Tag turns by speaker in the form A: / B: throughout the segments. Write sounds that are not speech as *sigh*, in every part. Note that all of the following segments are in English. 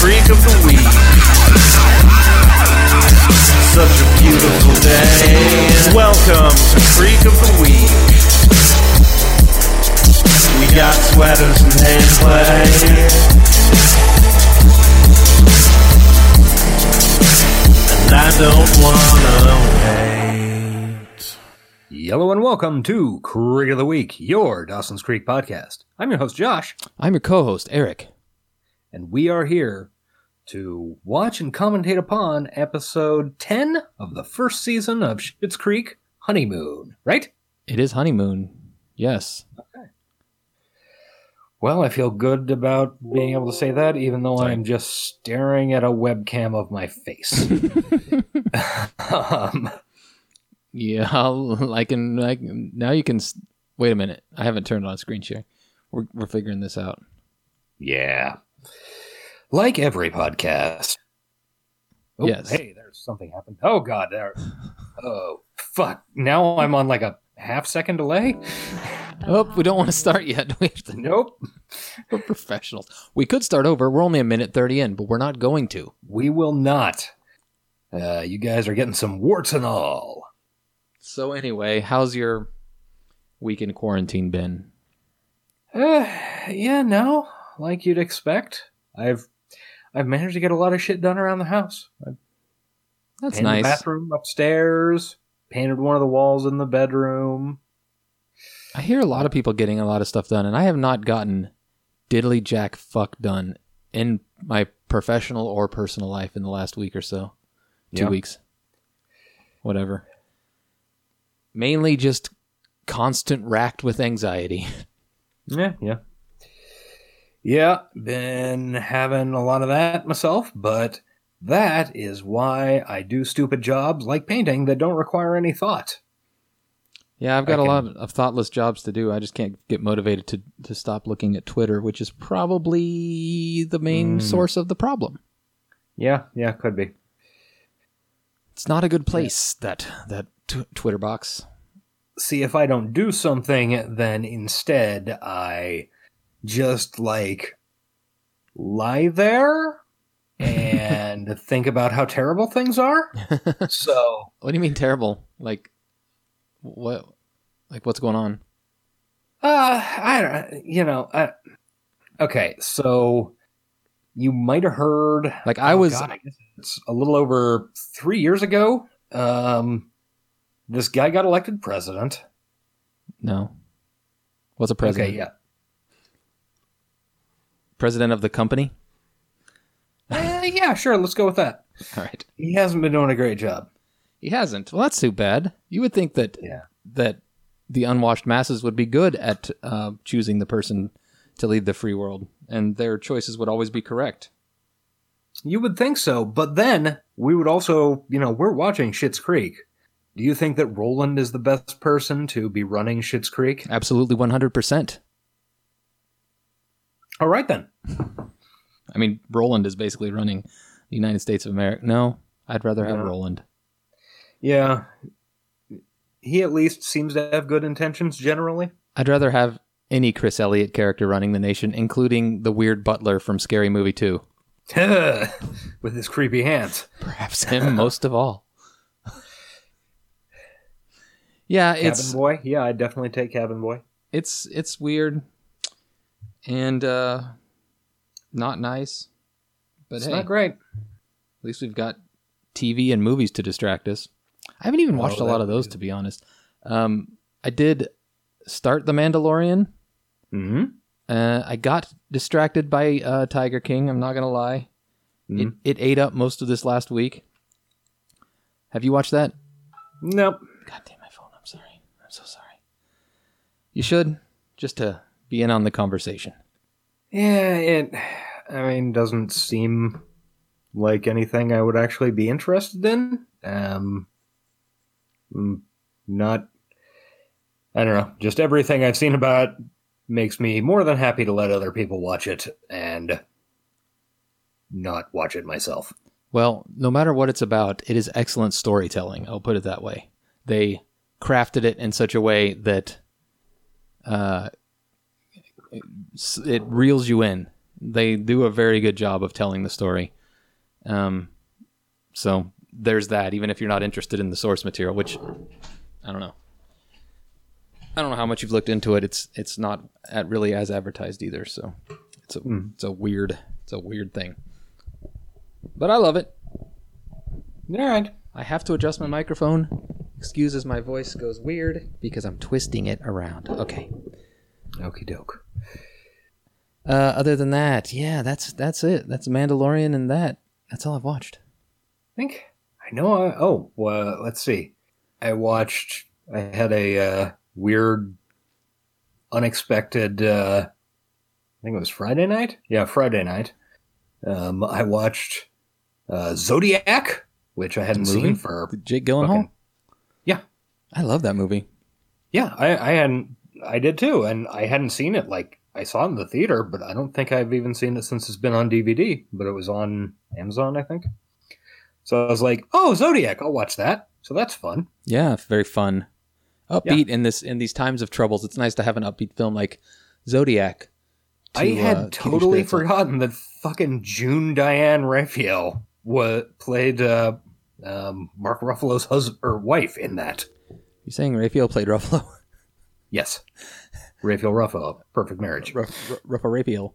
A: freak of the week. Such a beautiful day. Welcome to Freak of the Week. We got sweaters and hand play. And I don't wanna wait.
B: Yellow and welcome to Creek of the Week, your Dawson's Creek podcast. I'm your host, Josh,
C: I'm your co-host Eric.
B: and we are here to watch and commentate upon episode 10 of the first season of Schitt's Creek Honeymoon, right?
C: It is honeymoon. Yes,
B: Well, I feel good about being able to say that, even though
C: Right.
B: I'm just staring at a webcam of my face. *laughs* um,
C: yeah. *laughs* I'll, I can. I can, now you can. s- Wait a minute. I haven't turned on screen share. We're we're figuring this out.
B: yeah. Like every podcast. Oh,
C: Yes.
B: Hey, there's something happened. Oh, God. There. Oh, fuck. Now I'm on like a half second delay?
C: Oh, we don't want to start yet. *laughs* We have to,
B: Nope.
C: we're professionals. We could start over. We're only a minute thirty in, but we're not going to.
B: We will not. Uh, you guys are getting some warts and all.
C: So anyway, how's your week in quarantine been?
B: Uh, yeah, no, like you'd expect. I've I've managed to get a lot of shit done around the house. I've
C: That's
B: painted
C: nice.
B: The bathroom upstairs. Painted one of the walls in the bedroom.
C: I hear a lot of people getting a lot of stuff done, and I have not gotten diddly jack fuck done in my professional or personal life in the last week or so. Two
B: Yeah.
C: weeks. Whatever. Mainly just constant racked with anxiety. *laughs*
B: Yeah, yeah, yeah. Been having a lot of that myself, but that is why I do stupid jobs like painting that don't require any thought.
C: yeah, I've got
B: I can-
C: a lot of thoughtless jobs to do. I just can't get motivated to, to stop looking at Twitter, which is probably the main
B: Mm.
C: source of the problem.
B: Yeah, yeah, could be.
C: It's not a good place, that, that t- Twitter box.
B: see if I don't do something, then instead I just like lie *laughs* there and think about how terrible things *laughs* are. so
C: What do you mean terrible? Like what? Like what's going on?
B: Uh, I don't, you know, uh, I, okay, so you might have heard.
C: Like I
B: oh
C: was
B: God, I guess it's a little over three years ago. Um, this guy got elected president.
C: no. What's a president?
B: Okay, yeah.
C: President of the company. *laughs*
B: Uh, yeah, sure. Let's go with that.
C: All right.
B: He hasn't been doing a great job.
C: He hasn't. Well, that's too bad. You would think that
B: Yeah.
C: that the unwashed masses would be good at uh, choosing the person to lead the free world, and their choices would always be correct.
B: You would think so, but then we would also, you know, we're watching Schitt's Creek. Do you think that Roland is the best person to be running Schitt's Creek?
C: Absolutely, one hundred percent.
B: All right then.
C: I mean, Roland is basically running the United States of America. No, I'd rather have
B: Yeah.
C: Roland.
B: Yeah. He at least seems to have good intentions generally.
C: I'd rather have any Chris Elliott character running the nation, including the weird butler from Scary Movie 2.
B: *laughs* With his creepy hands.
C: Perhaps
B: *laughs*
C: him most of all. yeah,
B: Cabin
C: it's
B: Boy? Yeah, I'd definitely take Cabin Boy.
C: it's it's weird and uh not nice. But
B: it's
C: hey,
B: not
C: at
B: great.
C: least we've got TV and movies to distract us. I haven't even watched
B: Oh,
C: a lot
B: that
C: of those
B: is-
C: to be honest. Um I did start The Mandalorian.
B: Mm-hmm.
C: Uh, I got distracted by uh, Tiger King. I'm not gonna lie. It,
B: Mhm.
C: it ate up most of this last week. Have you watched that?
B: Nope.
C: God damn my phone. I'm sorry. I'm so sorry. You should just to be in on the conversation.
B: Yeah, it I mean doesn't seem like anything I would actually be interested in. Um mm, not I don't know, just everything I've seen about it makes me more than happy to let other people watch it and not watch it myself.
C: Well, no matter what it's about, it is excellent storytelling. I'll put it that way. They crafted it in such a way that uh, s- it reels you in. they do a very good job of telling the story. Um, so there's that. Even if you're not interested in the source material, which I don't know, I don't know how much you've looked into it. It's it's not at really as advertised either. So it's a it's a weird it's a weird thing. But I love it.
B: All right.
C: I have to adjust my microphone. Excuse as my voice goes weird because I'm twisting it around. Okay.
B: Okie doke.
C: Uh, other than that, yeah, that's that's it. That's Mandalorian and that. That's all I've watched.
B: I think I know. I, oh, well, let's see. I watched. I had a uh, weird, unexpected. Uh, I think it was Friday night. Yeah, Friday night. Um, I watched uh, Zodiac, which I hadn't
C: movie?
B: seen for.
C: Jake Gyllenhaal.
B: Fucking- Yeah.
C: I love that movie.
B: Yeah, I, I hadn't. I did too, and I hadn't seen it. Like I saw it in the theater, but I don't think I've even seen it since it's been on DVD. But it was on Amazon, I think. So I was like, "Oh, Zodiac! I'll watch that." So that's fun.
C: Yeah, it's very fun, upbeat in this in these times of troubles. It's nice to have an upbeat film like Zodiac. to,
B: I had
C: uh, keep your
B: totally
C: spirits up.
B: forgotten that fucking June Diane Raphael was played uh, um, Mark Ruffalo's husband or wife in that.
C: You're saying Raphael played Ruffalo,
B: Yes, Raphael Ruffalo, perfect marriage.
C: Ruff, Ruff- Ruffalo Raphael.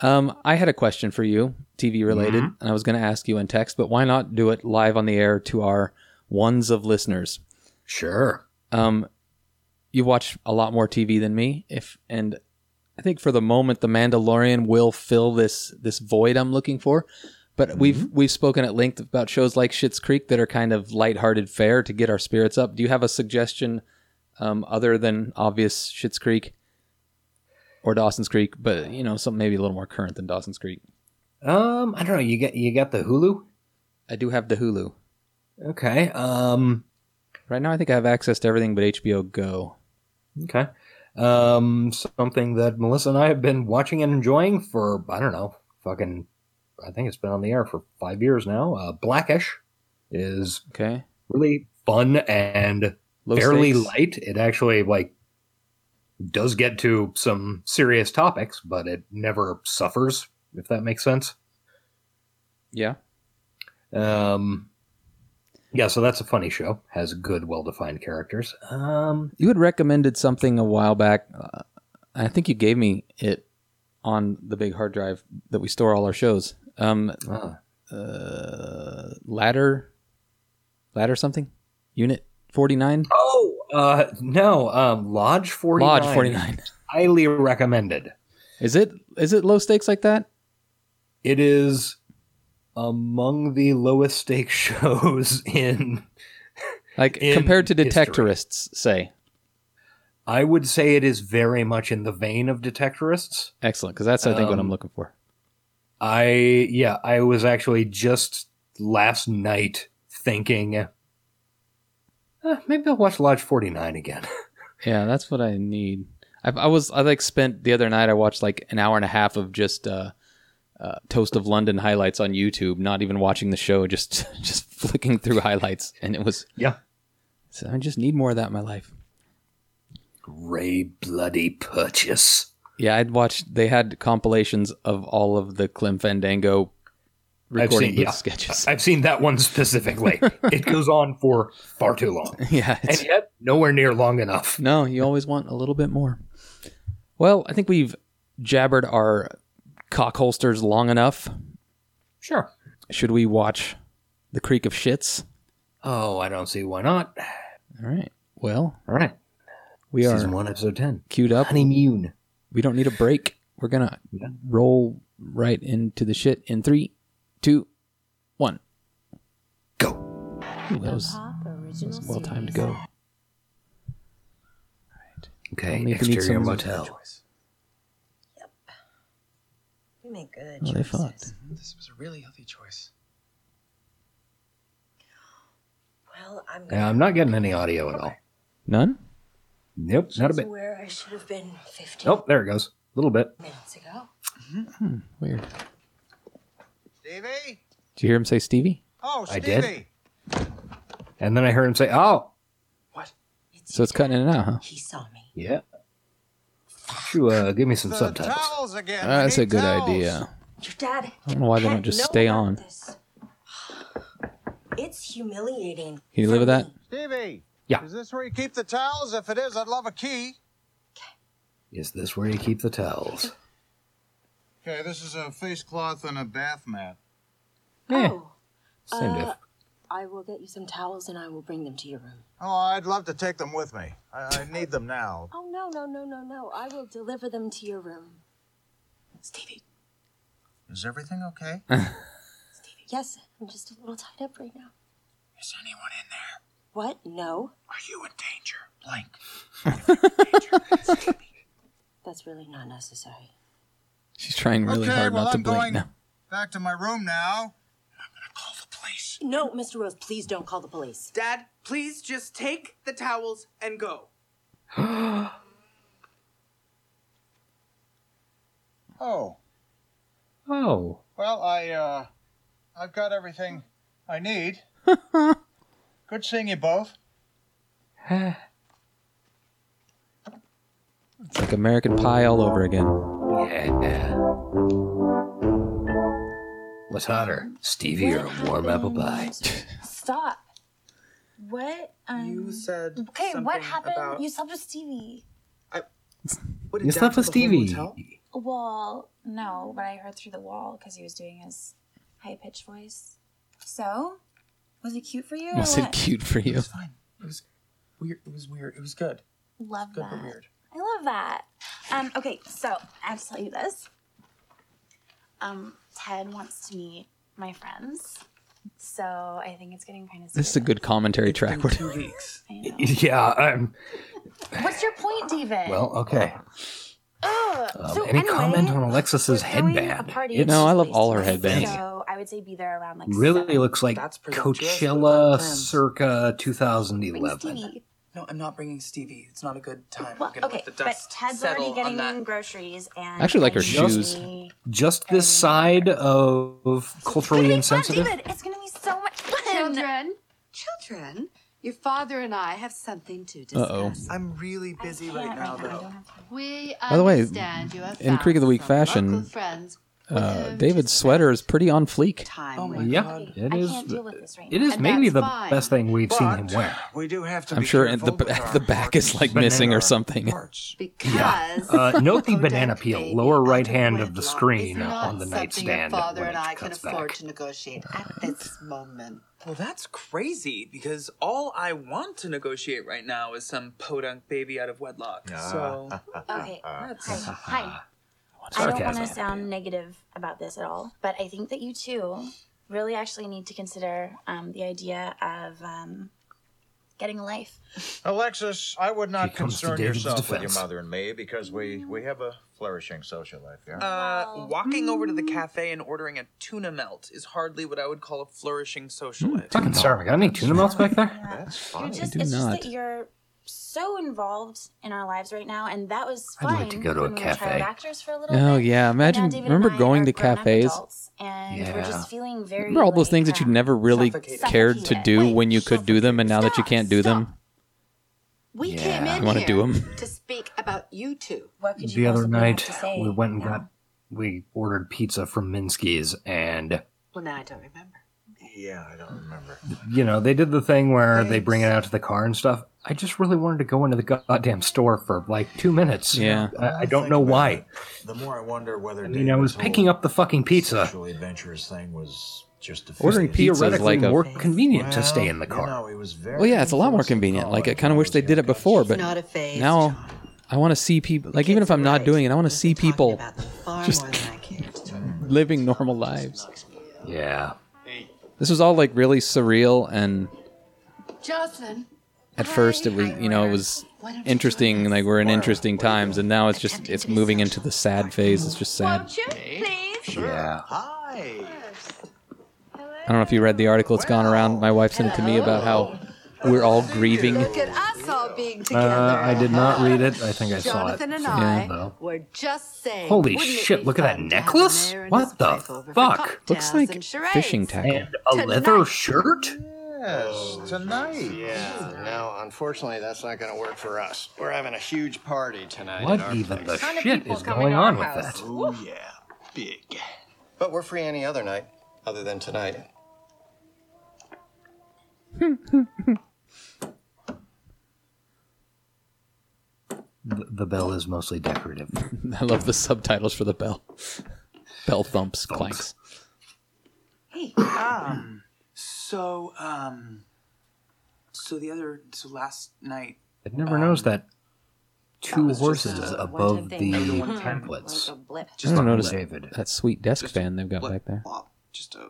C: Um, I had a question for you, TV related, and I was going to ask you in text, but why not do it live on the air to our ones of listeners?
B: Sure.
C: Um, you watch a lot more TV than me, if and I think for the moment, The Mandalorian will fill this this void I'm looking for. But we've we've spoken at length about shows like Schitt's Creek that are kind of lighthearted fare to get our spirits up. Do you have a suggestion um, other than obvious Schitt's Creek or Dawson's Creek, but you know something maybe a little more current than Dawson's Creek?
B: Um, I don't know. You get you got the Hulu.
C: I do have the Hulu
B: Okay. Um.
C: right now. I think I have access to everything but HBO Go.
B: Okay. Um, something that Melissa and I have been watching and enjoying for I don't know, fucking, I think it's been on the air for five years now. Uh, Blackish is
C: Okay,
B: really fun and
C: Low
B: fairly
C: stakes.
B: light. It actually like does get to some serious topics, but it never suffers. If that makes sense.
C: Yeah,
B: Um, yeah, so that's a funny show. Has good, well-defined characters. Um,
C: you had recommended something a while back. Uh, I think you gave me it on the big hard drive that we store all our shows. Um,
B: ah.
C: uh, ladder, ladder something, unit forty nine,
B: Oh, uh, no, um, Lodge 49.
C: lodge forty nine.
B: Highly recommended.
C: Is it is it low stakes like that?
B: It is among the lowest stakes *laughs* shows in,
C: Like
B: In
C: compared to
B: history.
C: detectorists, say
B: I would say it is very much in the vein of Detectorists.
C: excellent because that's I think what I'm
B: Um,
C: looking for.
B: I, yeah, I was actually just last night thinking, eh, maybe I'll watch Lodge 49 again. *laughs*
C: Yeah, that's what I need. I, I was I like spent the other night. I watched like an hour and a half of just uh, uh, Toast of London highlights on YouTube. Not even watching the show, just *laughs* just flicking through highlights, and it was.
B: Yeah.
C: So I just need more of that in my life.
B: Ray Bloody Purchase.
C: Yeah, I'd watched. They had compilations of all of the Clem Fandango recording
B: seen-
C: booth
B: yeah.
C: *laughs*
B: *laughs*
C: sketches.
B: I've seen that one *laughs* specifically. it goes on for far too long.
C: yeah, it's,
B: and yet nowhere near long enough.
C: No, you always want a little bit more. Well, I think we've jabbered our cock holsters long enough.
B: Sure.
C: Should we watch The Creek of Shits?
B: Oh, I don't see why not.
C: All right. Well,
B: All right.
C: we
B: Season
C: are
B: one, episode ten.
C: queued up.
B: Honeymoon.
C: We don't need a break. We're going to
B: Yeah.
C: roll right into the shit in three, two, one.
B: Go.
C: Ooh, that was, that was well timed to go.
B: Okay.
C: Only if you need
B: exterior
C: someone's other
B: motel.
C: choice.
D: We make good
C: Oh, they
D: choices.
C: fucked.
E: Mm-hmm. This was a really healthy choice.
D: Well, I'm gonna
B: Yeah, Uh, I'm not getting any audio at all.
C: None?
B: Nope, not a
D: to
B: bit.
D: where I should have been 15
B: Nope, there it goes. A little bit.
D: minutes ago.
C: Weird.
E: Stevie?
C: Did you hear him say Stevie?
E: Oh,
B: I
E: Stevie.
B: did. And then I heard him say, "Oh,
E: What?
C: So it's cutting in and out, huh?
D: He saw me.
B: yeah." You, uh, give me some
F: The
B: subtitles.
F: towels again. We
C: Ah, That's
F: need
C: a good
F: towels.
C: idea.
D: Your dad. I
C: don't know why they don't just stay on.
D: *sighs* It's humiliating.
C: Can you live with that?
F: Stevie.
B: Yeah.
F: Is this where you keep the towels? If it is, I'd love a key.
B: Is this where you keep the towels?
F: Okay, this is a face cloth and a bath mat.
D: Oh,
B: Same
G: Uh,
B: diff.
D: I will get you some towels and I will bring them to your room.
F: Oh, I'd love to take them with me. I, I need them now.
D: Oh no no no no no! I will deliver them to your room. Stevie,
F: Is everything okay?
D: Stevie. Yes, I'm just a little tied up right now.
E: Is anyone in there?
D: What? No,
E: Are you in danger? Blink.
D: that's really not necessary.
C: She's trying really
F: Okay,
C: hard
F: well,
C: not to
F: I'm
C: blink
F: going-
C: now.
F: Back to my room now.
E: Call the police.
D: No, Mr. Rose, please don't call the police.
G: Dad, please just take the towels and go.
F: Oh,
B: Oh,
F: well, I, uh, I've got everything I need. Good seeing you both.
C: It's like American Pie all over again.
B: yeah. What's hotter, Stevie or a warm apple pie?
H: Stop. What? Um,
G: You said.
H: okay, what
G: something
H: happened?
G: About,
H: You slept with Stevie.
G: What,
B: You
G: down
B: slept
G: to
B: with
G: the whole
B: Stevie.
G: hotel?
H: Well, no, but I heard through the wall because he was doing his high pitched voice. So, was it cute for you?
C: Was
H: or
C: it
H: what?
C: cute for
E: It
C: you?
E: was fine. It was weird. It was weird. It was good.
H: Love
E: Good but
H: that.
E: weird.
H: I love that. Um, okay, so I have to tell you this. Um, Ted wants to meet my friends, so I think it's getting kind of.
C: This is a good commentary track.
E: Been
C: We're
E: two weeks.
B: *laughs* Yeah, I'm.
H: What's your point, David?
B: Well, okay.
H: Ugh.
B: Um,
H: so
B: any
H: anyway,
B: comment on Alexis's
H: we're throwing
B: headband?
H: a party.
B: It's-
C: No, I love all her headbands.
H: So I would say be there around like
B: really
H: seven.
B: looks like
G: That's presumptuous, but I
B: Coachella
G: can.
B: circa
H: Bring
B: 2011.
H: Stevie.
E: No, I'm not bringing Stevie. It's not a good time.
H: Well,
E: I'm gonna
H: okay,
E: let the
H: but
E: dust
H: Ted's
E: settle
H: already getting
E: on that.
H: groceries and
C: I actually like her
B: shoes. Just this side of culturally insensitive.
H: David, it's gonna be so much fun.
I: Children, children, your father and I have something to
C: Uh oh.
I: discuss.
E: I'm really busy right now, though.
I: We
C: By the way,
I: understand you have
C: in Creek of the
I: found
C: Week
I: some
C: fashion,
I: local friends with
C: Uh,
I: whom
C: David's
I: to
C: sweater is pretty on
I: spend
C: fleek.
I: Time
E: Oh
I: with.
E: my
B: Yeah,
E: god.
B: it
H: I
B: is.
H: can't deal with this right
B: It
H: now.
B: is
I: And
B: maybe
I: that's
B: the
I: fine.
B: best thing we've seen him
F: But
B: wear.
F: we do have to
C: I'm
F: be
C: sure and the,
F: careful with
C: ba- *laughs*
F: our
C: the back is like
F: banana.
C: missing or
F: *laughs*
C: something. *laughs*
E: March.
I: Because
B: Uh, note the
I: *laughs* Odette
B: banana peel,
I: baby
B: lower right
I: out of
B: hand of the
I: wedlock
B: screen
I: is not
B: on the
I: something
B: nightstand
I: Your father
B: when
I: and
B: it
I: I can
B: cuts
I: afford
B: back.
I: to negotiate at this moment.
E: Well, that's crazy because all I want to negotiate right now is some podunk baby out of wedlock. So uh,
H: Okay,
E: that's
H: hi.
B: *laughs*
H: hi. I don't want
B: Sarcasm.
H: to sound negative about this at all, but I think that you two really actually need to consider um, the idea of um, getting a life.
F: Alexis, I would not
B: Here comes the
F: concern
B: David's
F: yourself with your
B: defense.
F: mother and me because we, we have a flourishing social life, yeah?
E: Uh, walking over to
H: mm.
E: the cafe and ordering a tuna melt is hardly what I would call a flourishing social life.
B: Fucking sorry, got any tuna melts back there?
F: That's
H: You're
F: fine.
H: just,
C: do
H: it's
C: not.
H: just that you're so involved in our lives right now, and that was
B: I'd
H: fine.
B: like to go to a
H: when we were child
B: cafe.
H: actors for a little
C: Oh
H: bit,
C: yeah,
H: but now
C: imagine.
H: David and
C: Remember
H: I
C: going
H: are
C: to
H: grown-up
C: cafes?
H: adults, and we're
B: Yeah.
H: just feeling very.
C: Remember all those
H: like,
C: things that you
H: um,
C: never really
E: Suffocated.
C: cared to
H: Suffocated.
C: do
H: Wait,
C: when you could do them, and now that you can't do them,
I: We
B: Yeah.
I: came in
C: You wanna
I: here
C: do 'em?
I: to speak about you two.
H: What could you
B: The other
H: possibly have
B: night,
H: to say
B: we went and
H: now?
B: got we ordered pizza from Minsky's, and
I: Well, now I don't remember.
F: Yeah, I don't remember.
B: you know they did the thing where they bring it out to the car and stuff. I just really wanted to go into the goddamn store for like two minutes.
C: Yeah.
B: I, I don't know why.
F: The more I wonder whether
B: I mean, I was picking up the fucking pizza.
F: Sexually adventurous thing was just a
B: Ordering
F: phase.
C: pizza is
B: theoretically
C: like a-
B: more convenient to
F: Well,
B: stay in the
F: you
B: car.
F: know, it was very
C: well, yeah, it's a lot more
F: influenced in
C: convenient. Like I
F: college
C: kind of
F: when
C: wish they
F: was
C: did it
F: younger.
C: before, but
I: Not a phase.
C: now I want to see people. Like even if I'm not doing it, I want to see people
I: just more than I care to talk about.
C: living normal lives.
B: Yeah.
C: This was all like really surreal, and
I: Jocelyn,
C: at first it was, you know, it was interesting. Like we're in interesting times, and now it's just it's moving into the sad phase. It's just sad.
I: won't you please?
B: Yeah.
F: Hi.
C: I don't know if you read the article that's gone around. My wife sent it to me about how we're all grieving.
I: Look at us all being together.
B: Uh, I did not read it. I think I saw it.
I: Jonathan and
B: somewhere,
I: I
B: though.
I: were just saying.
B: Holy
I: wouldn't it
B: shit,
I: be
B: look at that
I: fun to have
B: necklace?
I: mayor and
B: What
I: his
B: the
I: wife over for
B: fuck?
I: cocktails
C: Looks like
I: and charades?
C: fishing tackle.
B: And a leather
I: Tonight.
B: shirt?
J: Yes, tonight.
K: Yeah. No, unfortunately, that's not going to work for us. We're having a huge party tonight.
B: What
K: at our
B: even
K: place.
B: the Ton of shit people is coming going to our on with house. that?
K: Oh yeah, big. But we're free any other night, other than tonight.
B: The, the bell is mostly decorative.
C: *laughs* I love the subtitles for the bell. Bell thumps, clanks.
G: Hey. Um. So um. So the other. So last night.
B: It never knows that two
D: uh,
B: horses
G: a
B: above
G: one-time thing.
B: the
G: That was a one-time-
B: templates.
G: like a blip.
C: I
B: Fuck
C: don't notice
B: David.
C: that sweet desk fan they've got
E: Look,
C: back there.
E: wow, Just a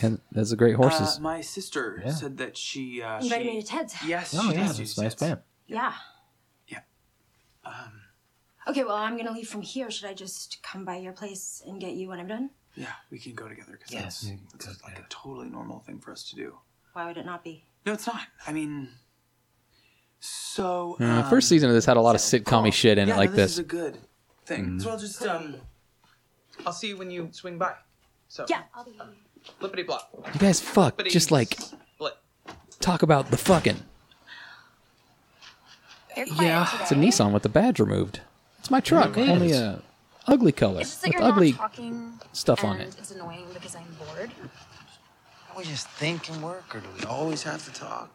C: And there's the great horses.
E: Uh,
H: Um,
E: my sister said that she. Uh,
D: You invited
E: she-
D: me to Ted's.
E: Yes,
C: Oh,
E: she
C: yeah,
E: does
C: that's
E: do
C: nice
E: sets.
D: Yeah.
E: Um,
D: Okay, well, I'm gonna leave from here. Should I just come by your place and get you when I'm done?
E: yeah, we can go together because
B: Yes, you
E: that's, that's like a totally normal thing for us to do.
D: Why would it not be?
E: No, it's not. I mean, so
C: Mm,
E: um,
C: first season of this had a lot of sitcom shit in
E: yeah,
C: it, like
E: no,
C: this.
E: is a good thing.
C: Mm.
E: So I'll just um,
G: I'll see you when you swing by. So
D: yeah, I'll be.
G: Lippity block.
C: You guys fuck. Just like talk about the fucking.
H: Yeah.
C: It's a Nissan with the badge removed. It's my truck.
H: Yeah, it
C: Only
H: is.
C: a ugly color
H: It's just that
C: with
H: you're
C: ugly
H: not talking
C: stuff on
H: and
C: it.
H: It's annoying because I'm bored.
K: We just think and work, or do we always have to talk?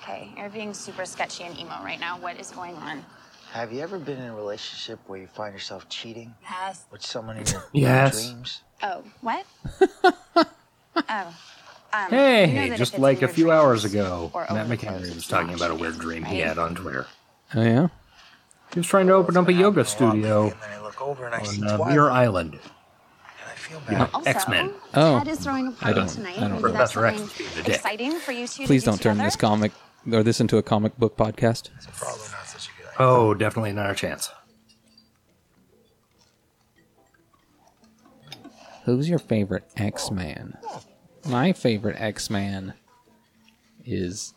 H: Okay, you're being super sketchy and emo right now. What is going on?
J: Have you ever been in a relationship where you find yourself cheating
H: Yes.
J: with someone in your
B: Yes.
J: dreams?
H: Oh, what? oh. Um, you know that
B: Hey,
H: if
B: just
H: it's
B: like
H: in
B: a
H: your
B: few
H: dream-
B: hours ago,
H: or
B: Matt McHenry was talking about a weird dream he
H: right?
B: had on Twitter.
C: Oh yeah.
B: He was trying to open up a yoga studio
J: And I look over and I see
B: on uh,
J: Twilight.
B: Muir Island.
J: bad.
H: Also,
B: X Men.
L: Oh.
H: Ted is throwing a party
C: I don't.
H: tonight.
C: I don't.
H: Maybe that's
B: Professor X
H: something
B: being the dick.
H: exciting for you two.
C: Please
H: to do
C: don't turn this
H: together.
C: comic or this into a comic book podcast.
J: Probably not such a good idea.
B: Oh, definitely not a chance.
C: Who's your favorite X Man? My favorite X Man is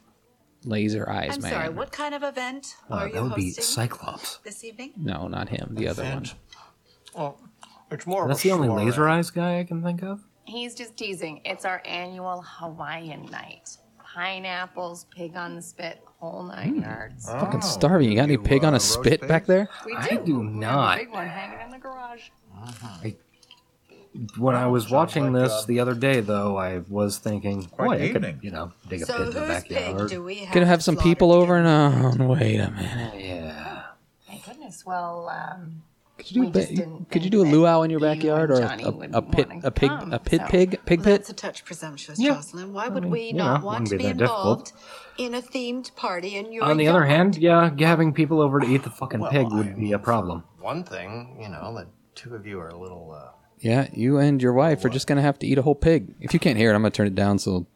C: Laser Eyes
I: I'm
C: Man.
I: sorry, what kind of event
B: Oh.
C: Uh,
I: are
C: that
I: you
C: would be
I: hosting
C: Cyclops.
I: this evening?
C: No, not him. The other one.
J: Well, it's more.
B: That's the only laser eyes guy I can think of.
M: He's just teasing. It's our annual Hawaiian night. Pineapples, pig on the spit, whole
B: Hmm.
M: nine yards.
C: Fucking starving. You got any pig on a spit back there?
M: We
B: I
M: do.
B: do
M: We have a
B: not.
M: big one hanging in the garage.
B: When I was watching this the other day, though, I was thinking,
J: Quite
B: boy,
J: the
B: I could,
J: evening.
B: you know, dig a
I: So
B: pig in the
I: whose pig
B: backyard.
I: do we have?
C: Gonna have some people over and oh, *laughs* wait a minute.
B: Yeah.
I: Oh,
M: My goodness. Well, um,
C: Could you do,
M: We
C: a ba-
M: just didn't
C: could you do a luau in your backyard or
M: Johnny
C: a,
M: would
C: a pit
M: wanna
C: a pig
M: come,
C: a pit
M: so-
C: pig pig
I: Well,
C: pit?
I: that's a touch presumptuous,
B: Yeah.
I: Jocelyn. Why would
B: mean,
I: we
B: you
I: not
B: know,
I: want
B: wouldn't
I: to be
B: be that difficult.
I: involved in a themed party in your
B: On the
I: yard?
B: other hand, yeah, having people over to eat the fucking
K: Well,
B: pig
K: I
B: would be a problem.
K: One thing, you know, the two of you are a little. Uh,
C: Yeah, you and your wife are just gonna have to eat a whole pig. If you can't hear it, I'm gonna turn it down so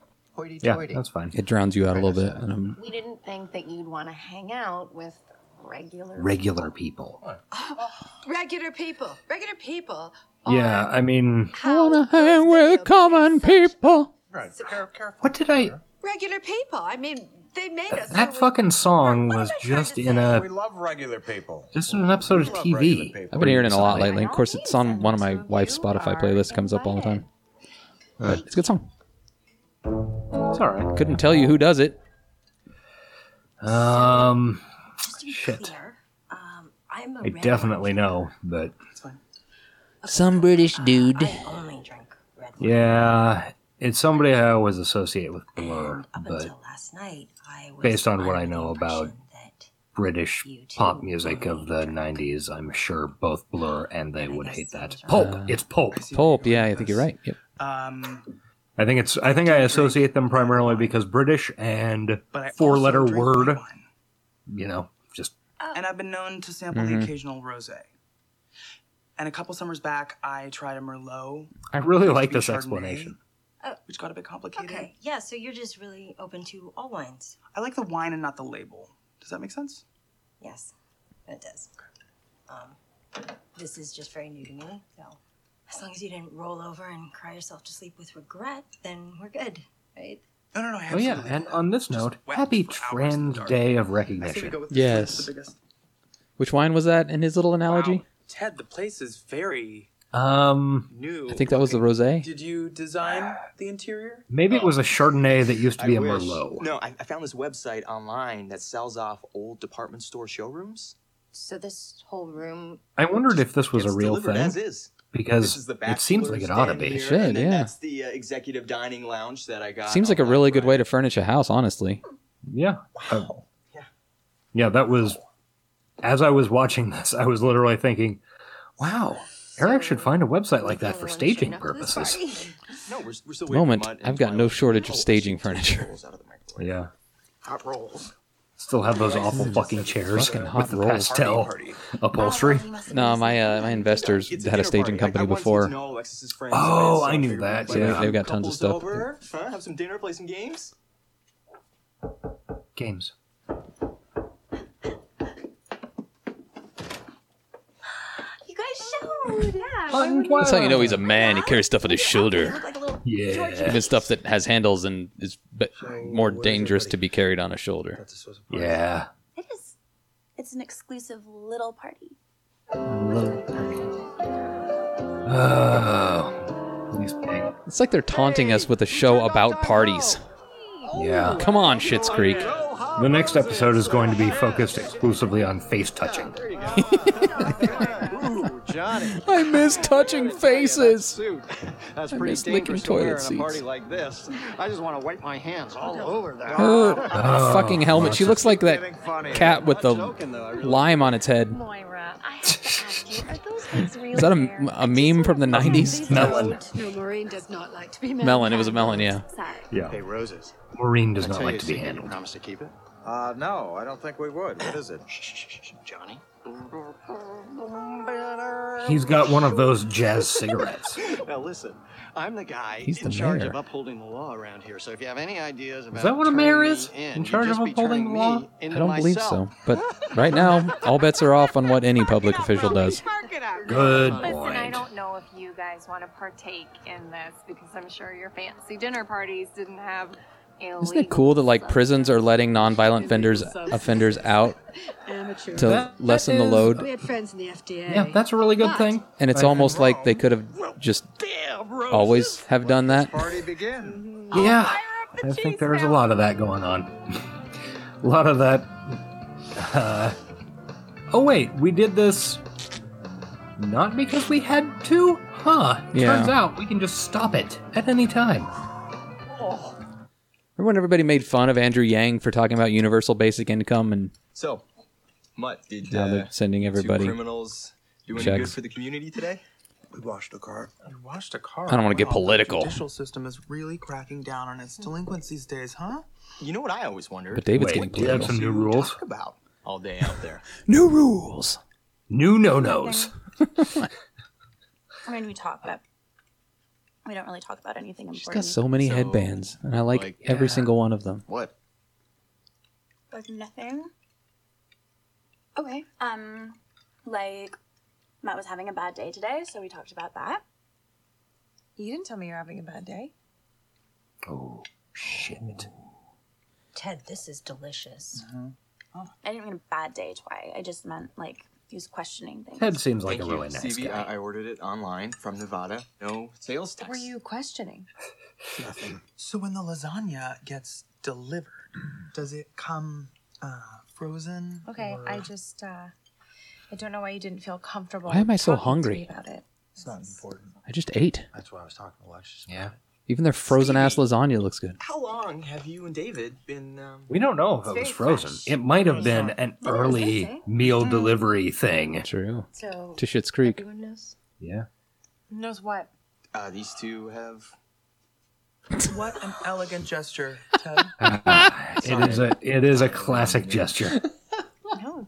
B: Yeah, that's fine.
C: it drowns you out a little bit. And I'm-
M: we didn't think that you'd want to hang out with regular.
B: Regular people.
I: Regular people. Regular people.
B: Yeah, I mean,
C: I wanna hang with common people.
J: Right.
B: what did I?
I: Regular people. I mean, they made us.
B: That fucking song was just in a
J: We love regular people.
B: just in an episode of TV.
C: I've been hearing it a lot lately. Of course, it's on one of my wife's Spotify playlists. Comes up all the time. But it's a good song.
B: It's all right.
C: Couldn't tell you who does it.
B: Um,
D: Just to be
B: Shit.
D: clear, um, I'm a
B: I
D: red
B: definitely know, but
C: Some British dude.
D: wine. I only drink red wine.
B: yeah, it's somebody I always associate with Blur.
D: Up
B: But
D: until last night, I was
B: based on what
D: under
B: I
D: the
B: know about
D: impression that
B: British pop music of the '90s, I'm sure both Blur and they would hate that. Pulp.
C: Uh,
B: It's Pulp.
C: Pulp. Yeah, I think you're right. Yep.
E: um,
B: I think it's. I think I associate them primarily because British and
E: But I
B: four-letter
E: also drink
B: word. You know, just
E: and I've been known to sample
B: Mhm.
E: the occasional rosé. And a couple summers back, I tried a Merlot,
B: I really
E: Used to
B: like
E: be
B: this
E: Chardonnay,
B: explanation.
G: Oh.
E: which got a bit complicated.
D: Okay, yeah, so you're just really open to all wines.
E: I like the wine and not the label. Does that make sense?
D: Yes, it does. Um, this is just very new to me, so as long as you didn't roll over and cry yourself to sleep with regret, then we're good, right?
E: No, no, no. I
B: Oh yeah,
E: absolutely
B: and
E: did.
B: on this note,
E: wept
B: happy
E: for hours in the
B: Trans
E: dark.
B: Day of
E: I say we
B: Recognition.
E: go with this one, it's
C: Yes.
E: the biggest.
C: Which wine was that in his little analogy?
E: Ted, the place is very
B: Um,
E: New.
C: I think that was the rosé.
E: Did you design the interior?
B: Maybe it was a Chardonnay that used to be
N: Oh. I
B: a
N: wish.
B: Merlot.
N: No, I, I found this website online that sells off old department store showrooms.
M: So this whole room.
B: I wondered if this was
N: It's
B: a real
N: delivered
B: thing.
N: as is. This is
B: Because
N: the
B: it seems
N: bachelor's
B: like it ought to
N: den
B: be.
N: here, and then That's the uh, executive dining lounge that I got.
C: Seems like a really good way to furnish a house, honestly.
B: Yeah. Uh, yeah, that was. As I was watching this, I was literally thinking, wow, Eric should find a website like that for staging purposes.
N: No, we're, we're still waiting
C: Moment,
N: for Mutt and
C: I've got no shortage of staging furniture. *laughs*
B: Yeah.
N: hot rolls.
B: Still have those awful fucking chairs
C: Fucking hot
B: with the
C: rolls.
B: pastel upholstery.
C: No, my uh, my investors had a staging company before.
B: Oh, I knew that.
C: So
B: Yeah.
C: they've got tons of
N: Couples
C: stuff.
N: over, huh? Have some dinner, play some games.
B: Games.
D: *laughs* You guys
I: *laughs*
D: showed. Yeah. why would
C: That's how you
D: we-
C: know he's a man. He carries stuff on his shoulder.
D: Like a little
C: Even stuff that has handles and is b- more dangerous to be carried on a shoulder.
B: Yeah.
H: It is. It's an exclusive little party.
B: Oh.
C: It's like they're taunting us with a show about parties.
K: Oh,
B: Yeah.
C: Come on, Shits Creek.
B: The next episode is going to be focused exclusively on face touching.
C: I miss touching faces.
K: That's
C: I
K: pretty
C: miss licking
K: dangerous to wear
C: toilet
K: in a party
C: seats.
K: like this. I just want to wipe my hands all over that.
C: Her fucking helmet. She looks like that cat with the lime on its head.
L: Moira, I have to ask you, are *laughs* those things real?
C: Is that a, a meme from
K: *laughs*
C: the 90s?
I: No, Maureen does not like to be melon.
C: Melon. It was a melon, yeah.
B: Yeah.
K: Hey, roses.
B: Maureen does
K: I
B: not
K: tell
B: like
K: you,
B: to be
K: Cindy, you
B: handled.
K: Promise to keep it.
N: Uh, no, I don't think we would. What is it?
K: Johnny.
B: He's got one of those jazz cigarettes.
K: now listen, I'm the guy
B: He's
K: in
B: the
K: charge
B: mayor.
K: of upholding the law around here. So if you have any ideas about
B: Is that what a mayor
K: turning
B: is?
K: me in,
B: In
K: you'd
B: charge of
K: just be
B: upholding
K: turning
B: the
K: me
B: law?
K: into
C: I don't believe
K: myself.
C: so. But right now, all bets are off on what any public official does.
B: Good
M: Listen, I
B: point.
M: don't know if you guys want to partake in this because I'm sure your fancy dinner parties didn't have.
C: Isn't it cool that like prisons are letting nonviolent offenders offenders out
I: Amateur.
C: to lessen the
I: We
C: load?
I: had friends in the FDA.
B: Yeah, that's a really good thing.
C: And it's almost like they could have just always have done that.
N: Mm-hmm. Oh,
B: Yeah. I think there's a lot of that going on. *laughs* a lot of that. Uh, oh, wait. We did this not because we had to? Huh.
C: Yeah.
B: Turns out we can just stop it at any time.
C: Remember when everybody made fun of Andrew Yang for talking about universal basic income and
N: So, Mutt, did
C: now
N: uh,
C: they're sending
N: two
C: everybody?
N: criminals do any good
C: checks.
N: for the community today?
G: We washed a car. We washed a car.
C: I don't wanna get
E: Oh,
G: Wow,
C: political.
G: The judicial system is really cracking down on its delinquents these days, huh?
N: You know what I always wondered.
C: But David's Wait, getting
B: do you have some new
N: What do you
B: rules?
N: Talk about
K: Oh,
N: all day out there.
C: New rules.
B: New no nos.
H: I mean, we talk, but we don't really talk about anything important.
C: She's got so many headbands, and I like, every single one of them.
N: What?
H: Like nothing. Okay. Um, like Matt was having a bad day today, so we talked about that.
L: You didn't tell me you're having a bad day.
B: Oh, shit.
D: Ted, this is delicious.
H: I didn't mean a bad day, Twy. I just meant like he was questioning things.
B: Ted seems like a
N: Thank you,
B: really nice
N: CV.
B: guy.
N: I I ordered it online from Nevada. No sales tax.
L: Were you questioning?
N: Nothing.
G: So when the lasagna gets delivered, does it come uh, frozen?
L: Okay,
G: or-
L: I just uh, I don't know why you didn't feel comfortable.
C: Why am I so
L: talking to
C: hungry?
L: me about it.
G: It's not important.
C: I just ate.
K: That's why I was talking to Alexis.
B: Yeah.
C: Even their frozen ass lasagna looks good.
N: How long have you and David been? Um,
C: *laughs*
B: We don't know if it was frozen. It might have been an early meal
N: Mm.
B: delivery thing.
C: True.
L: So
C: To Schitt's Creek.
L: Everyone knows
B: Yeah.
L: knows what.
N: uh, these two have.
G: What an elegant gesture, Ted.
B: Uh, It is a it is a classic gesture.
L: No.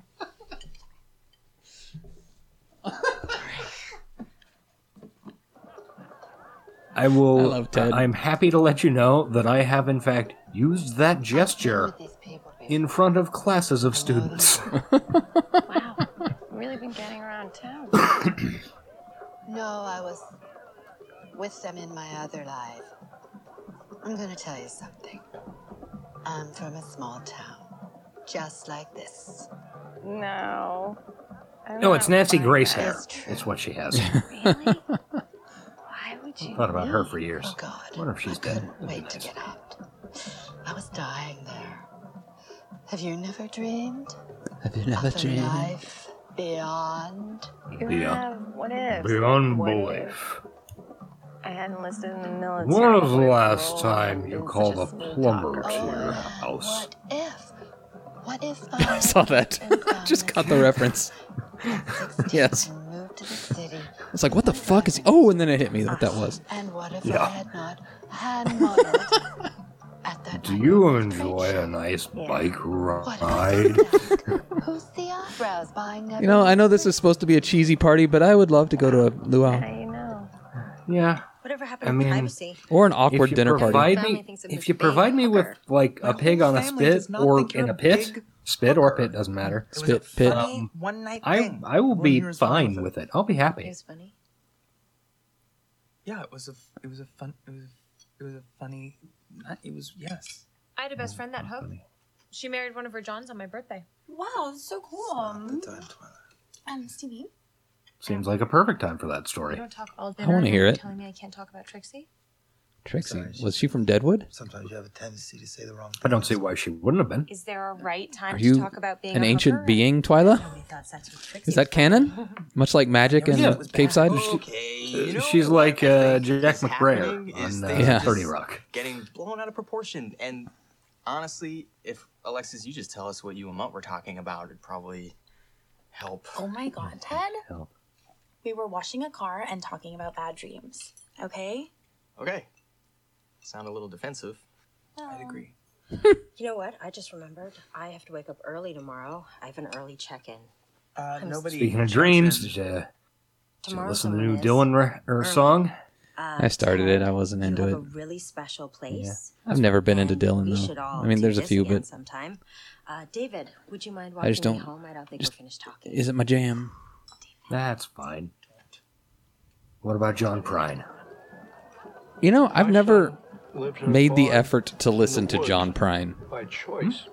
B: I will.
C: I love Ted.
B: I'm happy to let you know that I have in fact used that gesture in front of classes of students.
M: Wow, I've really been getting around town.
I: No, I was with them in my other life. I'm gonna tell you something. I'm from a small town, just like this.
M: No.
L: I don't
B: No, it's
L: know
B: Nancy
L: why
B: Grace
L: that
B: hair.
L: is true.
B: It's what she has. *laughs*
I: Why would you?
B: Thought about her for
I: leave?
B: years.
I: Oh God!
B: Wonder if she's
I: I couldn't
B: dead. That'd be
I: Wait to get out. I was dying there. Have you never dreamed
C: Have you never
I: of a
C: dreamed?
I: life beyond?
M: You
B: Beyond-
M: have what ifs.
B: Beyond
M: What
B: belief.
M: if I hadn't listed in the military.
B: When was the
M: what if
B: last
M: Roland
B: time
M: had
B: you
M: been
B: called
M: such
B: a
M: smooth
B: plumber
M: talker?
B: to your house?
C: *laughs*
I: What if
C: I saw that.
L: um,
C: *laughs* Just caught the
L: *laughs*
C: reference. Yes. It's like, what the fuck is. Oh, and then it hit me what that was.
I: And what if I
C: Yeah.
I: had not had money?
B: Do you enjoy a nice bike *laughs* ride?
I: Who's the eyebrows buying
C: You know, I know this is supposed to be a cheesy party, but I would love to go to a luau.
B: Yeah.
D: Whatever happened
B: I
D: to
B: mean,
D: privacy?
C: Or an awkward
B: if you
C: dinner party.
B: provide
D: Family
B: Me,
D: thinks I'm
B: if
D: his
B: you provide me with like a pig on a
G: family
B: spit
G: does not
B: or
G: think you're
B: in a
G: a
B: pit,
G: big
B: spit or pit doesn't matter.
G: It was a
B: Spit pit.
G: funny
B: um,
G: one night
B: I
G: thing.
B: I will
G: We'll
B: be
G: hear as long as
B: fine with it. I'll be happy.
D: funny.
G: Yeah, it was a it was a fun it was it was a funny night. It was yes.
L: I had a best friend that hooked. She married one of her Johns on my birthday.
H: Wow, that's so cool. Um, Stevie.
B: Seems like a perfect time for that story.
L: You don't talk all
C: I
L: dinner.
C: wanna
L: and
C: hear
L: you're
C: it.
L: Telling me I can't talk about Trixie.
C: Trixie. Was she from Deadwood?
G: Sometimes you have a tendency to say the wrong
B: I don't see why she wouldn't have been.
L: Is there a right time
C: Are you
L: talk about being
C: an
L: a
C: ancient
L: hooker?
C: being, Twyla? Is that canon? Much like magic
B: Yeah.
C: and Cape Side?
B: Uh, She's like uh, Jack McBrayer on uh,
N: things are
B: 30
N: just
B: Rock.
N: Getting blown out of proportion. And honestly, if Alexis, you just tell us what you and Mutt were talking about, it'd probably help.
H: Oh my god, Ted.
B: Help.
H: We were washing a car and talking about bad dreams. Okay?
N: Okay. Sound a little defensive.
H: I'd
N: agree.
D: You know what? I just remembered. I have to wake up early tomorrow. I have an early check-in.
G: Uh,
D: nobody.
B: Speaking of dreams, did you, did you
D: Tomorrow's
B: listen to
D: on
B: the new
D: this.
B: Dylan re- or
D: Or-
B: song?
D: Uh,
C: I started it. I wasn't into
D: have
C: it.
D: a really special place.
C: I've never been into Dylan,
D: We
C: though.
D: should all
C: I mean,
D: do
C: there's a
D: this
C: few,
D: again
C: but-
D: sometime. Uh, David, would you mind walking
C: I just
D: me
C: don't.
D: home? I don't think
C: just
D: we're finished talking.
C: isn't my jam.
B: That's fine. What about John Prine?
C: You know, I've never
A: lived in a
C: made the
A: farm
C: effort to listen to
A: woods.
C: John Prine. Hmm?
A: by choice.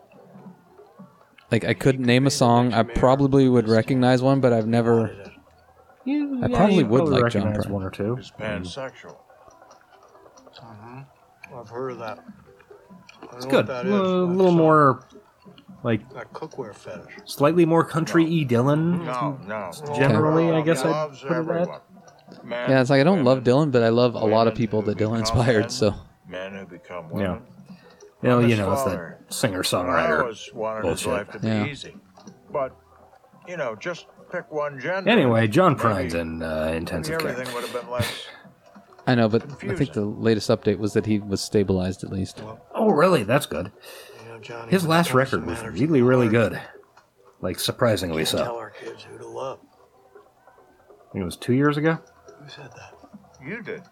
C: Like, I could name a song. I probably would recognize one, but I've never.
B: You,
C: I
B: yeah,
C: probably
B: you'd
C: would like John
B: recognize
C: Prine.
B: one or two.
K: Pansexual. Mm-hmm. I've heard of that. I don't
B: It's
K: know
B: good.
K: what that
B: a
K: is.
B: little more, like,
K: That cookware fetish.
B: slightly more country e Dylan.
K: No, no.
B: Generally, I
K: Okay.
B: guess I'd
K: Loves
B: put it
K: everyone.
B: that.
K: Men,
C: Yeah, it's like I don't love
K: women,
C: Dylan, but I love a lot of
K: women
C: people
K: who
C: that Dylan
K: become men,
C: inspired. So
K: Men who become women.
B: Yeah. Well,
K: I'm
B: you
K: his
B: know, it's
K: father.
B: that singer
K: I
B: songwriter.
K: always wanted his
B: bullshit.
K: life to be
B: Yeah.
K: easy. But, you know, just pick one gender.
B: Anyway, John
K: Maybe-
B: Prine's in uh,
K: maybe
B: intensive care.
K: everything would have been less.
C: I know, but I think the latest update was that he was stabilized at least.
B: Oh, really? That's good.
K: You know, Johnny,
B: His
K: when it
B: last
K: comes
B: record
K: to
B: was
K: matters
B: really,
K: of the
B: really
K: heart,
B: good. Like, surprisingly
K: can't Tell
B: so.
K: our kids who to love.
B: I think it was two years ago.
K: Who said that? You did.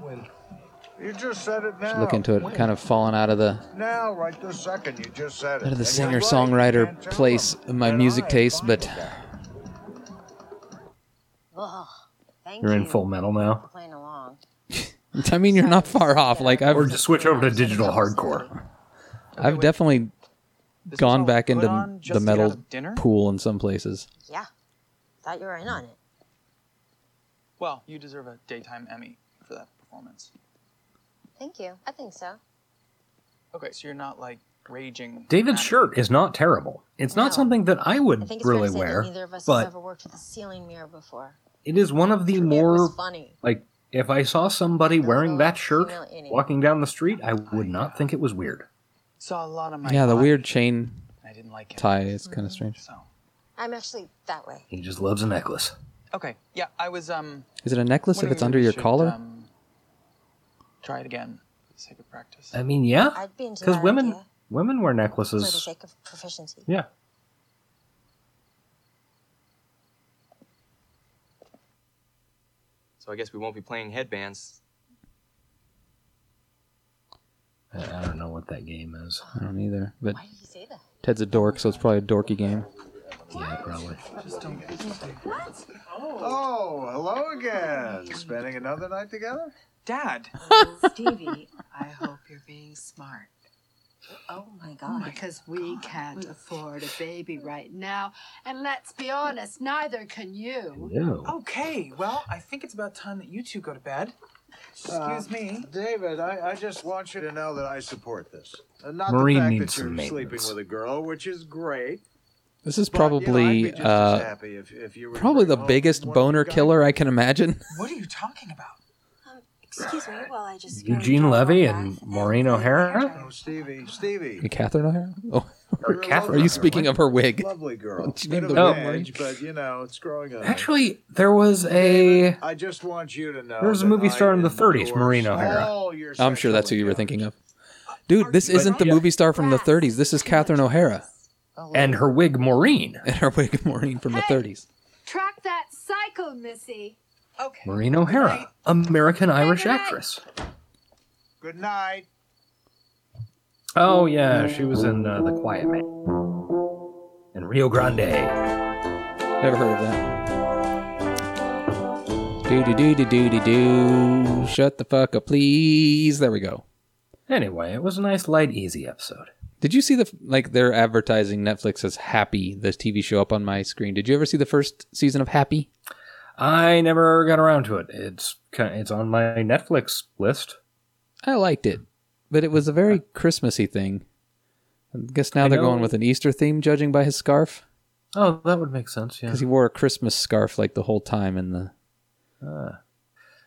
K: When? You just said it now.
C: Should look into it. Kind of fallen out of the
K: Now, right this second, you just said it.
C: out of the
K: And you're
C: singer
K: right.
C: songwriter place of my music taste, but
D: Oh, thank
B: You're in
D: you
B: full metal now.
D: for playing along.
C: *laughs* I mean, you're not far off. Like I've
B: Or just switch over to digital hardcore.
C: I've definitely gone back into
D: put on
C: m-
D: just
C: the
D: to get out
C: metal
D: of dinner?
C: pool in some places.
D: Yeah, thought you were in on it.
E: Well, you deserve a daytime Emmy for that performance.
D: Thank you. I think so.
E: Okay, so you're not like raging.
B: David's shirt is not terrible. It's not something that I would really wear,
D: Neither of us have
B: but
D: ever worked with a ceiling mirror before.
B: it is one of the more
D: funny.
B: like. If I saw somebody wearing that shirt
D: humiliating.
B: walking down the street, I would not think it was weird.
E: Saw a lot of my.
C: Yeah, the
E: body.
C: weird chain
E: I didn't like it.
C: tie is kind of strange.
D: I'm actually that way.
B: He just loves a necklace.
E: Okay, yeah, I was um.
C: Is it a necklace if
E: wondering
C: it's under
E: we
C: your
E: should,
C: collar?
E: um, try it again for the sake of practice.
B: I mean, yeah,
D: I'd be into
B: because
D: that
B: women
D: idea
B: women wear
D: for the
B: necklaces.
D: sake of proficiency.
B: Yeah,
N: So I guess we won't be playing headbands.
B: I I don't know what that game is.
C: I don't either. But
D: did you say that?
C: Ted's a dork, so it's probably a dorky game.
B: Yeah, probably.
D: What?
K: Oh, hello again. Spending another night together?
E: Dad.
I: Stevie, I hope you're being smart.
D: Oh my god.
I: Because we can't afford a baby right now. And let's be honest, neither can you.
B: No.
E: Okay, well, I think it's about time that you two go to bed. Excuse
F: Uh,
E: me.
F: David, I, I just want you to know that I support this. Uh, not
B: Maureen
F: the fact
B: needs
F: that you're
B: some
F: sleeping
B: maintenance.
F: with a girl, which is great.
C: This is
F: But, you know,
C: probably
F: I'd be just as
C: uh,
F: happy if- if you were to
C: probably
F: bring
C: the
F: home
C: biggest boner killer I can imagine. *laughs*
E: What are you talking about?
D: *laughs* Excuse me while I just.
B: Eugene Levy and Maureen O'Hara?
F: Oh, Stevie, Stevie.
C: And Catherine O'Hara? Oh,
F: You're a
C: Are
F: lovely
C: you
F: girl.
C: speaking of her wig?
F: Lovely girl.
C: Did you
F: Bit
C: name
F: of
C: the
F: an
C: wig Maureen?
F: edge, but you know, it's growing up.
B: Actually, there was a
F: I just want you to know.
B: there was a
F: that
B: movie
F: I
B: star in the
F: endorse
B: 30s, Maureen O'Hara.
F: all your
C: I'm sure that's who you were thinking of. Dude, this isn't the movie star from the 30s. This is Catherine O'Hara.
B: And her wig, Maureen.
C: And her wig, Maureen, from the 30s.
O: Track that cycle, Missy. Okay.
B: Maureen O'Hara, American Irish actress.
F: Good night.
B: Oh yeah, she was in uh, The Quiet Man. And Rio Grande.
C: Never heard of that. Do do do do do do do. Shut the fuck up, please. There we go.
B: Anyway, it was a nice, light, easy episode.
C: Did you see the like they're advertising Netflix as Happy, the TV show up on my screen? Did you ever see the first season of Happy?
B: I never got around to it. It's ki- it's on my Netflix list.
C: I liked it, but it was a very Christmassy thing. I guess now
B: I
C: they're
B: know.
C: going with an Easter theme, judging by his scarf,
B: Oh, that would make sense. Yeah.
C: because he wore a Christmas scarf like the whole time. In the,
B: Ah.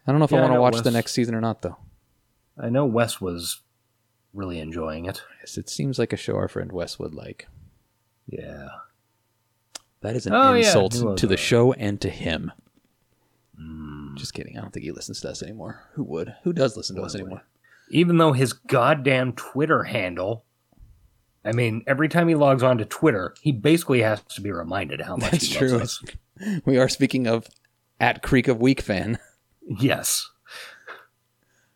C: I don't know if I
B: Yeah, I
C: want to
B: know
C: watch the
B: Wes-
C: next season or not, though.
B: I know Wes was really enjoying it.
C: Yes, it seems like a show our friend Wes would like.
B: Yeah.
C: That is an
B: Oh, yeah,
C: insult
B: duo
C: to the
B: though.
C: show and to him.
B: Hmm.
C: Just kidding. I don't think he listens to us anymore. Who would? Who does listen to us anymore?
B: Even though his goddamn Twitter handle, I mean, every time he logs on to Twitter, he basically has to be reminded how much
C: That's
B: he
C: true.
B: loves us.
C: *laughs* We are speaking of at Creek of Week fan.
B: Yes.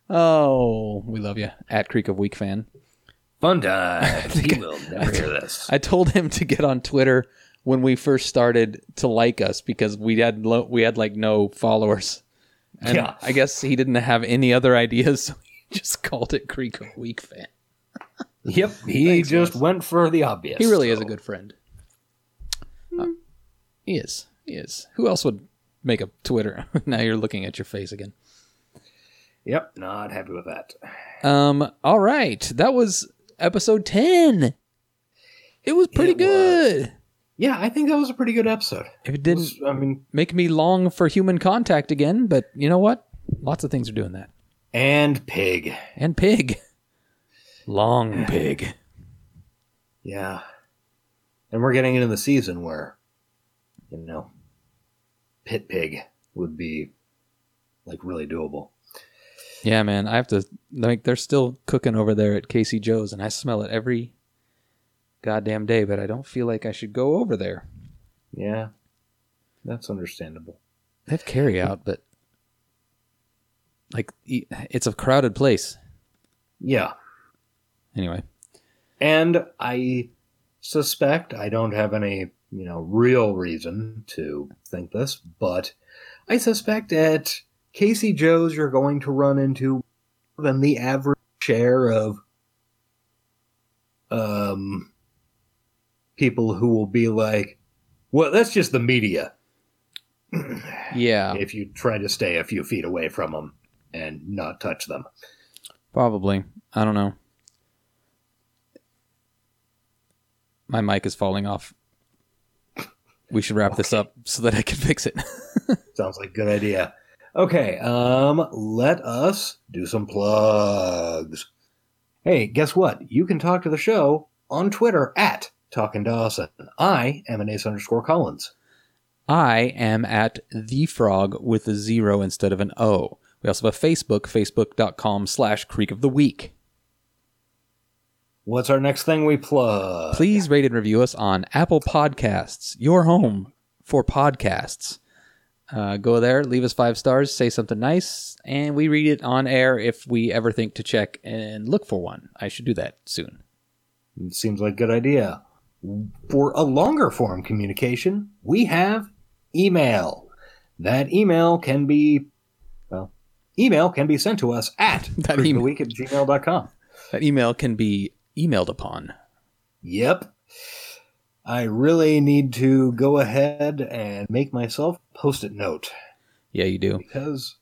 C: Oh, we love you, at Creek of Week fan.
B: Fun time. he will never hear this.
C: I told him to get on Twitter when we first started to like us because we had lo- we had like no followers. And
B: Yeah.
C: I guess he didn't have any other ideas, *laughs* so he just called it Creek of Week fan.
B: Yep. He just went for the obvious.
C: He really is a good friend. Uh, he is. He is. Who else would make a Twitter? *laughs* now you're looking at your face again.
B: Yep. Not happy with that.
C: Um. All right. That was episode ten. It was pretty good.
B: Yeah, I think that was a pretty good episode.
C: If it didn't,
B: I mean,
C: make me long for human contact again. But you know what? Lots of things are doing that.
B: And pig.
C: And pig. *laughs* Long pig.
B: Yeah. And we're getting into the season where, you know, pit pig would be like really doable.
C: Yeah, man. I have to. Like, they're still cooking over there at Casey Joe's, and I smell it every goddamn day. But I don't feel like I should go over there.
B: Yeah. That's understandable.
C: They have carry out, but like e- it's a crowded place.
B: Yeah.
C: Anyway,
B: And I suspect I don't have any, you know, real reason to think this, but I suspect at Casey Joe's you're going to run into more than the average share of um people who will be like, well, that's just the media.
C: yeah,
B: If you try to stay a few feet away from them and not touch them.
C: probably. I don't know. My mic is falling off. We should wrap this up so that I can *laughs* fix it.
B: Sounds like a good idea. Okay, um, let us do some plugs. Hey, guess what? You can talk to the show on Twitter at Talkin' Dawson. I am an ace underscore Collins.
C: I am at the frog with a zero instead of an O. We also have a Facebook, facebook.com slash creek of the week.
B: What's our next thing we plug?
C: Please rate and review us on Apple Podcasts, your home for podcasts. Uh, go there, leave us five stars, say something nice, and we read it on air if we ever think to check and look for one. I should do that soon.
B: It seems like a good idea. For a longer form communication, we have email. That email can be, well, email can be sent to us at
C: That
B: creekoftheweek
C: email.
B: at gmail.com.
C: That email can be emailed upon.
B: Yep. I really need to go ahead and make myself post it note.
C: Yeah, you do.
B: Because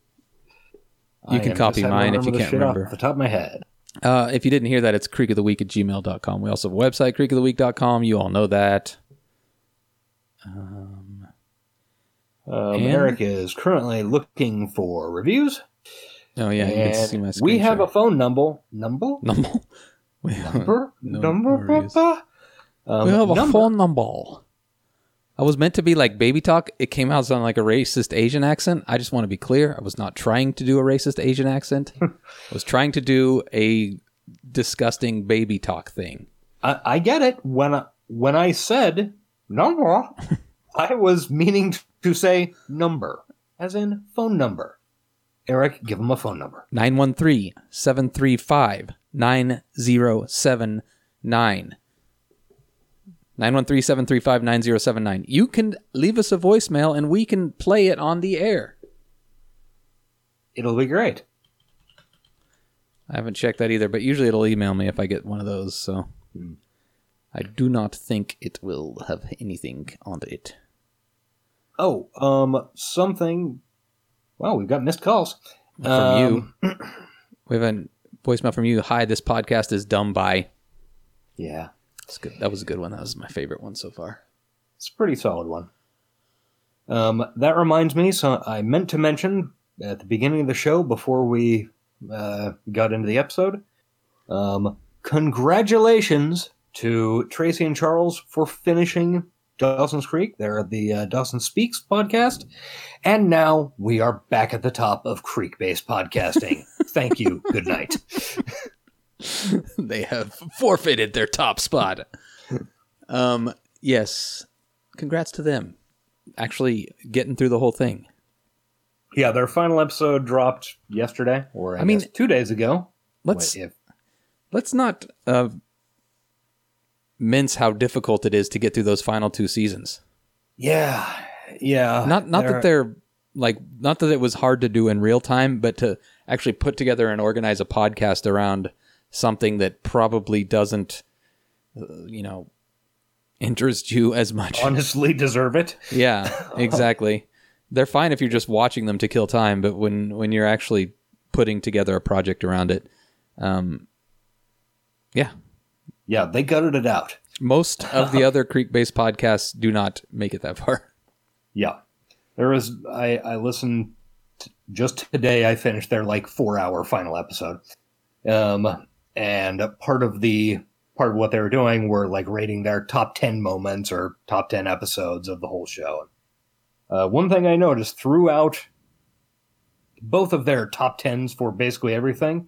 C: You
B: I
C: can
B: am
C: copy
B: just- I don't
C: mine if you
B: remember this
C: can't
B: shit off
C: remember.
B: the top of my head.
C: Uh, if you didn't hear that, it's creek of the week at gmail.com. We also have a website, creekoftheweek.com. You all know that. Um,
B: Um,
C: and-
B: Eric is currently looking for reviews.
C: Oh, yeah. You can
B: And
C: see my
B: we
C: screen
B: have
C: share.
B: a phone number. Number?
C: Number?
B: Number?
C: *laughs* No
B: number?
C: worries.
B: papa? Um,
C: we have a
B: number.
C: phone number. I was meant to be like baby talk. It came out sounding like a racist Asian accent. I just want to be clear. I was not trying to do a racist Asian *laughs* accent. I was trying to do a disgusting baby talk thing.
B: I, I get it. When I, when I said
C: *laughs*
B: number, I was meaning to say number, as in phone number. Eric, give him a phone number.
C: 913 735 9079. 913 735 9079. You can leave us a voicemail and we can play it on the air.
B: It'll be great.
C: I haven't checked that either, but usually it'll email me if I get one of those, so I do not think it will have anything on it.
B: Oh, um, something. Wow, we've got missed calls.
C: From
B: Um,
C: you. We have a voicemail from you. Hi, this podcast is dumb by.
B: Yeah.
C: That's good. That was a good one. That was my favorite one so far. *laughs*
B: It's a pretty solid one. Um, that reminds me, so I meant to mention at the beginning of the show before we uh, got into the episode. Um, congratulations to Tracy and Charles for finishing Dawson's Creek. They're at the uh, Dawson Speaks podcast, and now we are back at the top of creek-based
C: *laughs*
B: podcasting. Thank you. Good night.
C: they have forfeited their top spot. Um, yes. Congrats to them. Actually getting through the whole thing.
B: Yeah, their final episode dropped yesterday, or I,
C: I mean-
B: mean, two days ago.
C: Let's-
B: Wait, if-
C: Let's not uh, mince how difficult it is to get through those final two seasons.
B: yeah, yeah.
C: not not that
B: they're.
C: they're like not that it was hard to do in real time, but to actually put together and organize a podcast around something that probably doesn't, uh, you know, interest you as much.
B: honestly deserve it.
C: *laughs* Yeah, exactly. They're fine if you're just watching them to kill time, but when when you're actually putting together a project around it, um, yeah,
B: yeah, they gutted it out.
C: Most of the other creek-based podcasts do not make it that far. *laughs*
B: Yeah, there was. I I listened t- just today. I finished their like four hour final episode, um, and part of the part of what they were doing were like rating their top ten moments or top ten episodes of the whole show. Uh, one thing I noticed throughout both of their top tens for basically everything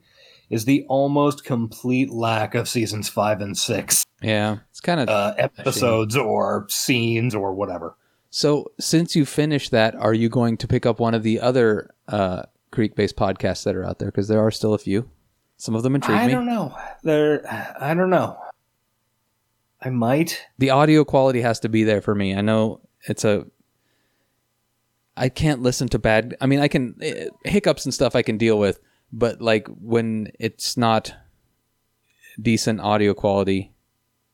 B: is the almost complete lack of seasons five and six
C: Yeah, it's kind of
B: uh, episodes or scenes or whatever.
C: So, since you finished that, are you going to pick up one of the other uh, Creek-based podcasts that are out there? Because there are still a few. Some of them intrigue
B: I
C: me.
B: don't know. There, I don't know. I might.
C: The audio quality has to be there for me. I know it's a. I can't listen to bad. I mean, I can eh, hiccups and stuff I can deal with, but like when it's not decent audio quality,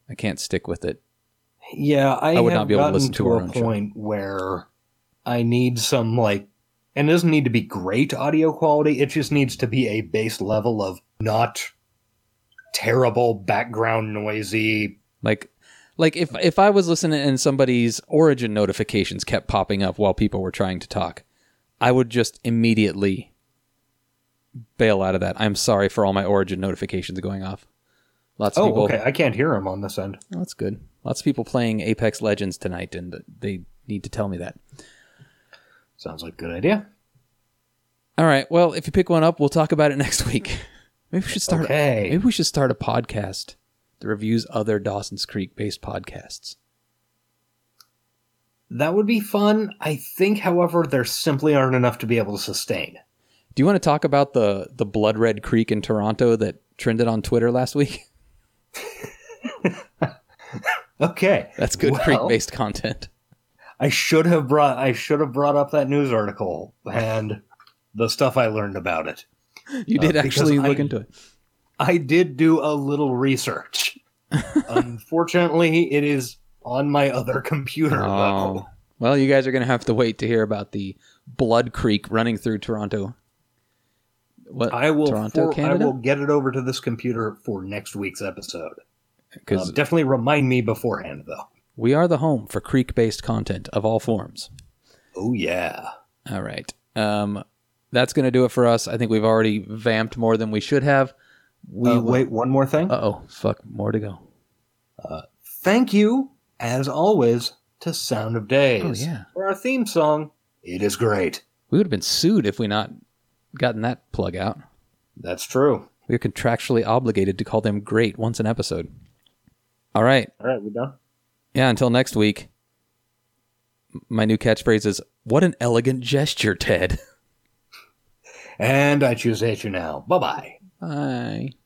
C: I can't stick with it.
B: Yeah, I,
C: I would
B: have
C: not be able to
B: gotten
C: listen to
B: to,
C: our
B: a
C: own show.
B: point where I need some like, and it doesn't need to be great audio quality. It just needs to be a base level of not terrible background noisy.
C: Like like if if I was listening and somebody's origin notifications kept popping up while people were trying to talk, I would just immediately bail out of that. I'm sorry for all my origin notifications going off. Lots of
B: Oh,
C: people
B: okay. I can't hear him on this end.
C: That's good. Lots of people playing Apex Legends tonight and they need to tell me that.
B: Sounds like a good idea.
C: All right. Well, if you pick one up, we'll talk about it *laughs* next week. Maybe we should start
B: Okay.
C: Maybe we should start a podcast that reviews other Dawson's Creek based podcasts.
B: That would be fun. I think, however, there simply aren't enough to be able to sustain.
C: Do you want to talk about the the blood red creek in Toronto that trended on Twitter last week? *laughs*
B: Okay,
C: That's good
B: Well-
C: creek based content.
B: I should have brought I should have brought up that news article and the stuff I learned about it.
C: You did
B: Uh, because
C: actually
B: *laughs*
C: look
B: I-
C: into it.
B: I did do a little
C: *laughs*
B: research. Unfortunately, it is on my other computer. though.
C: Oh. Well, you guys are going to have to wait to hear about the Blood Creek running through Toronto. What?
B: I uh, will
C: Toronto,
B: for-
C: Canada?
B: I will get it over to this computer for next week's episode.
C: 'Cause-
B: Um, definitely remind me beforehand, though.
C: We are the home for creek based content of all forms.
B: Oh, yeah.
C: All right. Um, that's going to do it for us. I think we've already vamped more than we should have. We
B: Uh, wait, one more thing.
C: Uh oh, fuck, more to go.
B: Uh, thank you, as always, to Sound of Days
C: Oh, yeah.
B: for our theme song. It is great.
C: We would have been sued if we not gotten that plug out.
B: That's true.
C: We're contractually obligated to call them great once an episode. All right.
B: All right, we done.
C: Yeah, until next week. m- My new catchphrase is what an elegant gesture, Ted.
B: And I choose hate you now. Bye bye.
C: Bye.